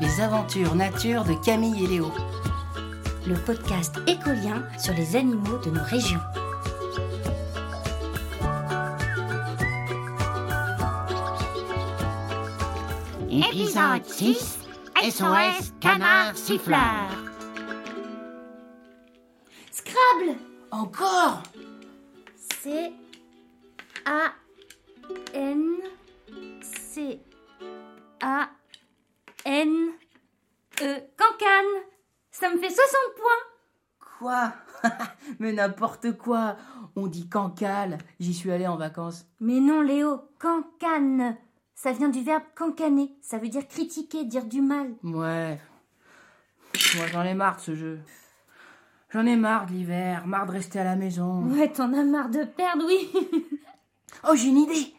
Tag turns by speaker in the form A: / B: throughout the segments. A: les aventures nature de Camille et Léo.
B: le podcast écolien sur les animaux de nos régions.
C: Épisode 6 SOS Canard Siffleur
B: Scrabble
A: Encore
B: C A N C A N E Cancan Ça me fait 60 points
A: Quoi Mais n'importe quoi On dit cancale. J'y suis allée en vacances.
B: Mais non Léo, cancane Ça vient du verbe cancaner, ça veut dire critiquer, dire du mal.
A: Ouais. Moi, j'en ai marre de ce jeu. J'en ai marre de l'hiver, marre de rester à la maison.
B: Ouais, t'en as marre de perdre, oui
A: Oh, j'ai une idée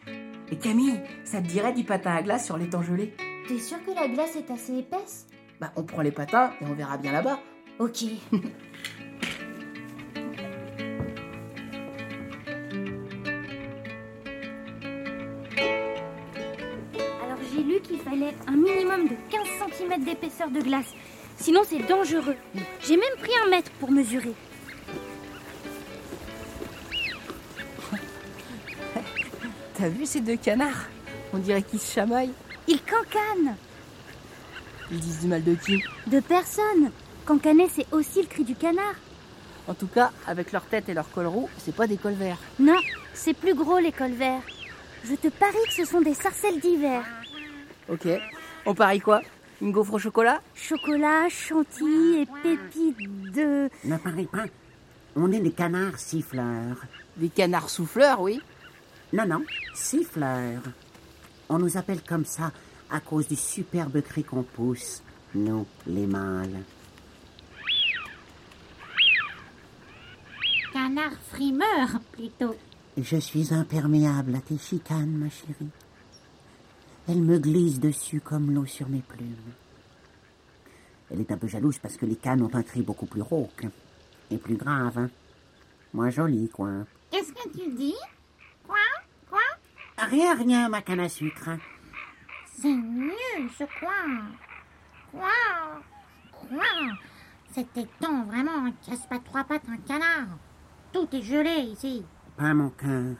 A: Et Camille, ça te dirait du patin à glace sur l'étang gelé
B: T'es sûr que la glace est assez épaisse
A: Bah, on prend les patins et on verra bien là-bas.
B: Ok. Alors j'ai lu qu'il fallait un minimum de 15 cm d'épaisseur de glace. Sinon c'est dangereux. J'ai même pris un mètre pour mesurer.
A: T'as vu ces deux canards On dirait qu'ils se chamaillent.
B: Il cancane
A: Ils disent du mal de qui
B: De personne Cancaner c'est aussi le cri du canard.
A: En tout cas, avec leur tête et leur col roux, c'est pas des cols verts.
B: Non, c'est plus gros les colverts. Je te parie que ce sont des sarcelles d'hiver.
A: Ok. On parie quoi Une gaufre au chocolat
B: Chocolat, chantilly et pépites de...
C: Ne parlez pas, on est des canards siffleurs.
A: Des canards souffleurs, oui.
C: Non, non, siffleurs. On nous appelle comme ça à cause du superbe cri qu'on pousse, nous, les mâles.
D: Canard frimeur, plutôt.
C: Je suis imperméable à tes chicanes, ma chérie. Elle me glisse dessus comme l'eau sur mes plumes. Elle est un peu jalouse parce que les cannes ont un cri beaucoup plus rauque et plus grave. hein. Moins joli, quoi.
D: Qu'est-ce que tu dis Quoi Quoi
C: Rien, rien, ma canne à sucre.
D: C'est nul, je crois. Quoi Quoi Cet étang, vraiment, il casse pas trois pattes un canard. Tout est gelé ici.
C: Pas mon cœur.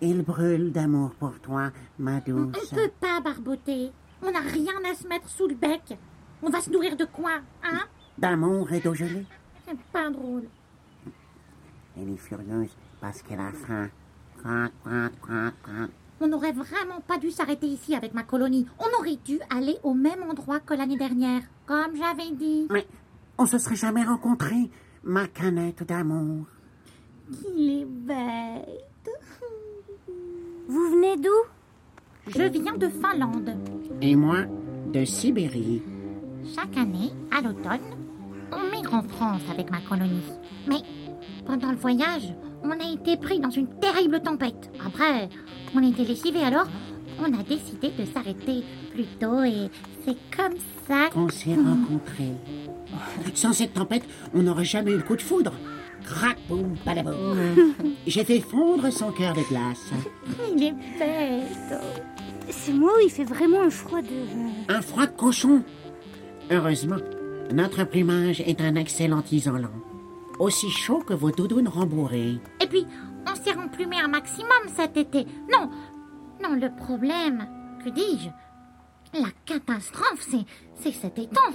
C: Il brûle d'amour pour toi, ma
D: On
C: douce.
D: peut pas barboter. On n'a rien à se mettre sous le bec. On va se nourrir de quoi, hein
C: D'amour et d'eau gelée.
D: C'est pas drôle.
C: Elle est furieuse parce qu'elle a faim. Croc, croc, croc, croc.
D: On n'aurait vraiment pas dû s'arrêter ici avec ma colonie. On aurait dû aller au même endroit que l'année dernière, comme j'avais dit.
C: Mais on se serait jamais rencontrés, ma canette d'amour.
D: Qu'il est bête.
B: Vous venez d'où
D: Je viens de Finlande.
C: Et moi, de Sibérie.
D: Chaque année, à l'automne, on migre en France avec ma colonie. Mais pendant le voyage, on a été pris dans une terrible tempête. Après, on était lessivés alors, on a décidé de s'arrêter plus tôt et c'est comme ça
C: On s'est rencontrés. Sans cette tempête, on n'aurait jamais eu le coup de foudre. Crac, boum, badaboum. J'ai fait fondre son cœur de glace.
D: qu'il est bête.
B: C'est moi où il fait vraiment un froid de...
C: Un froid de cochon. Heureusement, notre plumage est un excellent isolant. Aussi chaud que vos doudounes rembourrées.
D: Et puis, on s'est remplumé un maximum cet été. Non, non, le problème, que dis-je La catastrophe, c'est, c'est cet étang.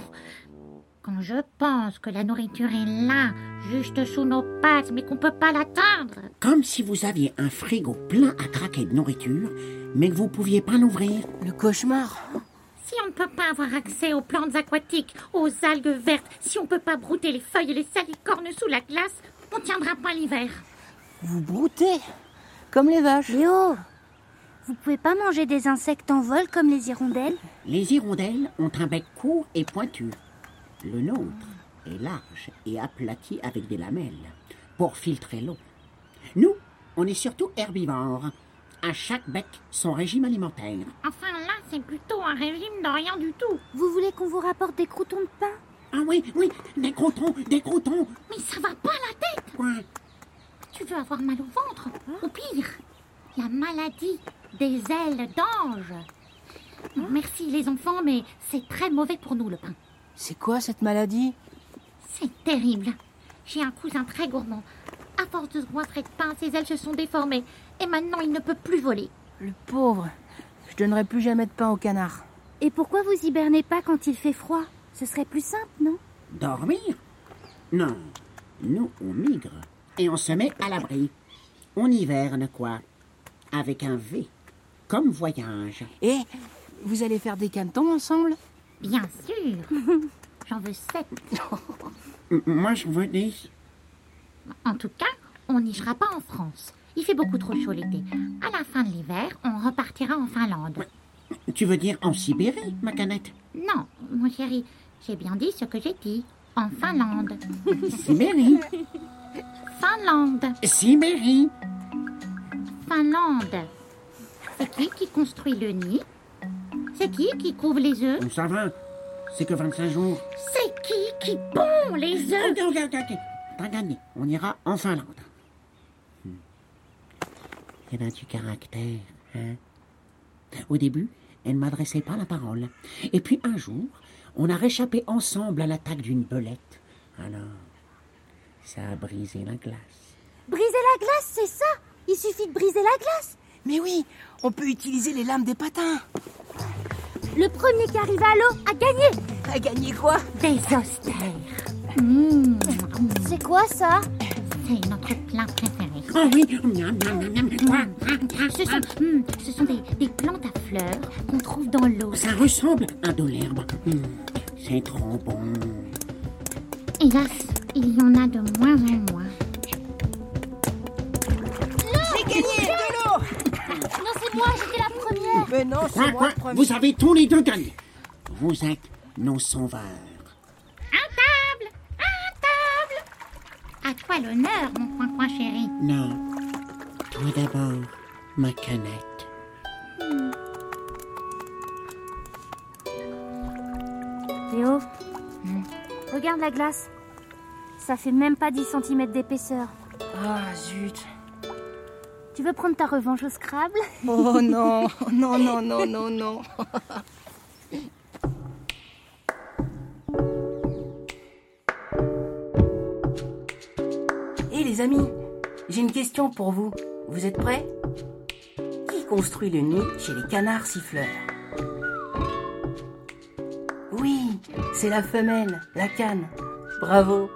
D: Quand je pense que la nourriture est là, juste sous nos pattes, mais qu'on peut pas l'atteindre.
C: Comme si vous aviez un frigo plein à craquer de nourriture, mais que vous pouviez pas l'ouvrir.
A: Le cauchemar
D: Si on ne peut pas avoir accès aux plantes aquatiques, aux algues vertes, si on peut pas brouter les feuilles et les salicornes sous la glace, on tiendra pas l'hiver.
A: Vous broutez Comme les vaches.
B: Léo oh Vous pouvez pas manger des insectes en vol comme les hirondelles
C: Les hirondelles ont un bec court et pointu. Le nôtre est large et aplati avec des lamelles pour filtrer l'eau. Nous, on est surtout herbivores. À chaque bec, son régime alimentaire.
D: Enfin là, c'est plutôt un régime de rien du tout.
B: Vous voulez qu'on vous rapporte des croutons de pain
C: Ah oui, oui, des crotons, des crotons.
D: Mais ça va pas la tête
C: Quoi
D: Tu veux avoir mal au ventre Ou pire, la maladie des ailes d'ange. Merci les enfants, mais c'est très mauvais pour nous le pain.
A: C'est quoi cette maladie
D: C'est terrible. J'ai un cousin très gourmand. À force de se goinfrer de pain, ses ailes se sont déformées. Et maintenant, il ne peut plus voler.
A: Le pauvre. Je donnerai plus jamais de pain au canard.
B: Et pourquoi vous hibernez pas quand il fait froid Ce serait plus simple, non
C: Dormir Non. Nous, on migre. Et on se met à l'abri. On hiverne, quoi. Avec un V. Comme voyage.
A: Et vous allez faire des canetons ensemble
D: Bien sûr. J'en veux sept.
C: M- Moi, je vous dis,
D: En tout cas, on n'ira pas en France. Il fait beaucoup trop chaud l'été. À la fin de l'hiver, on repartira en Finlande.
C: tu veux dire en Sibérie, ma canette
D: Non, mon chéri, j'ai bien dit ce que j'ai dit. En Finlande.
C: Sibérie
D: Finlande.
C: Sibérie
D: Finlande. C'est qui qui construit le nid C'est qui qui couve les œufs
C: Bon, Ça va, c'est que 25 jours.
D: C'est qui qui pond les œufs
C: Ok, ok, ok, ok. T'as gagné. On ira en Finlande. Hmm. Elle a du caractère, hein. Au début, elle ne m'adressait pas la parole. Et puis un jour, on a réchappé ensemble à l'attaque d'une belette. Alors, ça a brisé la glace.
B: Briser la glace, c'est ça Il suffit de briser la glace
A: Mais oui, on peut utiliser les lames des patins.
B: Le premier qui arrive à l'eau a gagné
A: À gagner quoi
D: Des austères.
B: C'est quoi ça
D: C'est notre plat préféré.
C: Oh oui, miam, miam, miam, miam, miam, miam, miam.
D: Ce sont, hum, ce sont des, des plantes à fleurs qu'on trouve dans l'eau.
C: ça ressemble à de l'herbe. Hmm. C'est trop bon.
D: Hélas, il y en a de moins en moins.
A: J'ai gagné de l'eau
B: Non, c'est moi, j'étais la première
A: Mais non,
C: Quoi,
A: c'est moi
C: quoi
A: le premier.
C: Vous avez tous les deux gagné. Vous êtes nos sauveurs.
D: Un table Un table À toi l'honneur, mon coin coin chéri.
C: Non. Toi d'abord, ma canette.
B: Théo, oh regarde la glace. Ça fait même pas 10 cm d'épaisseur.
A: Ah zut.
B: Tu veux prendre ta revanche au Scrabble
A: Oh non, non, non, non, non, non. Et Eh, les amis, j'ai une question pour vous. Vous êtes prêts Qui construit le nid chez les canards siffleurs Oui, c'est la femelle, la canne. Bravo.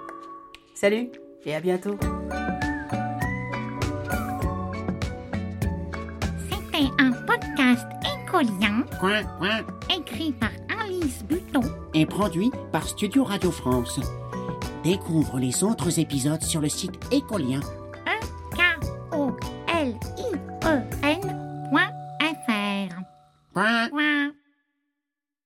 A: Salut et à bientôt.
D: C'était un podcast écolien
C: Coin, coin.
D: écrit par Alice Buton.
C: Est produit par Studio Radio France. Découvre les autres épisodes sur le site écolien.fr.
D: E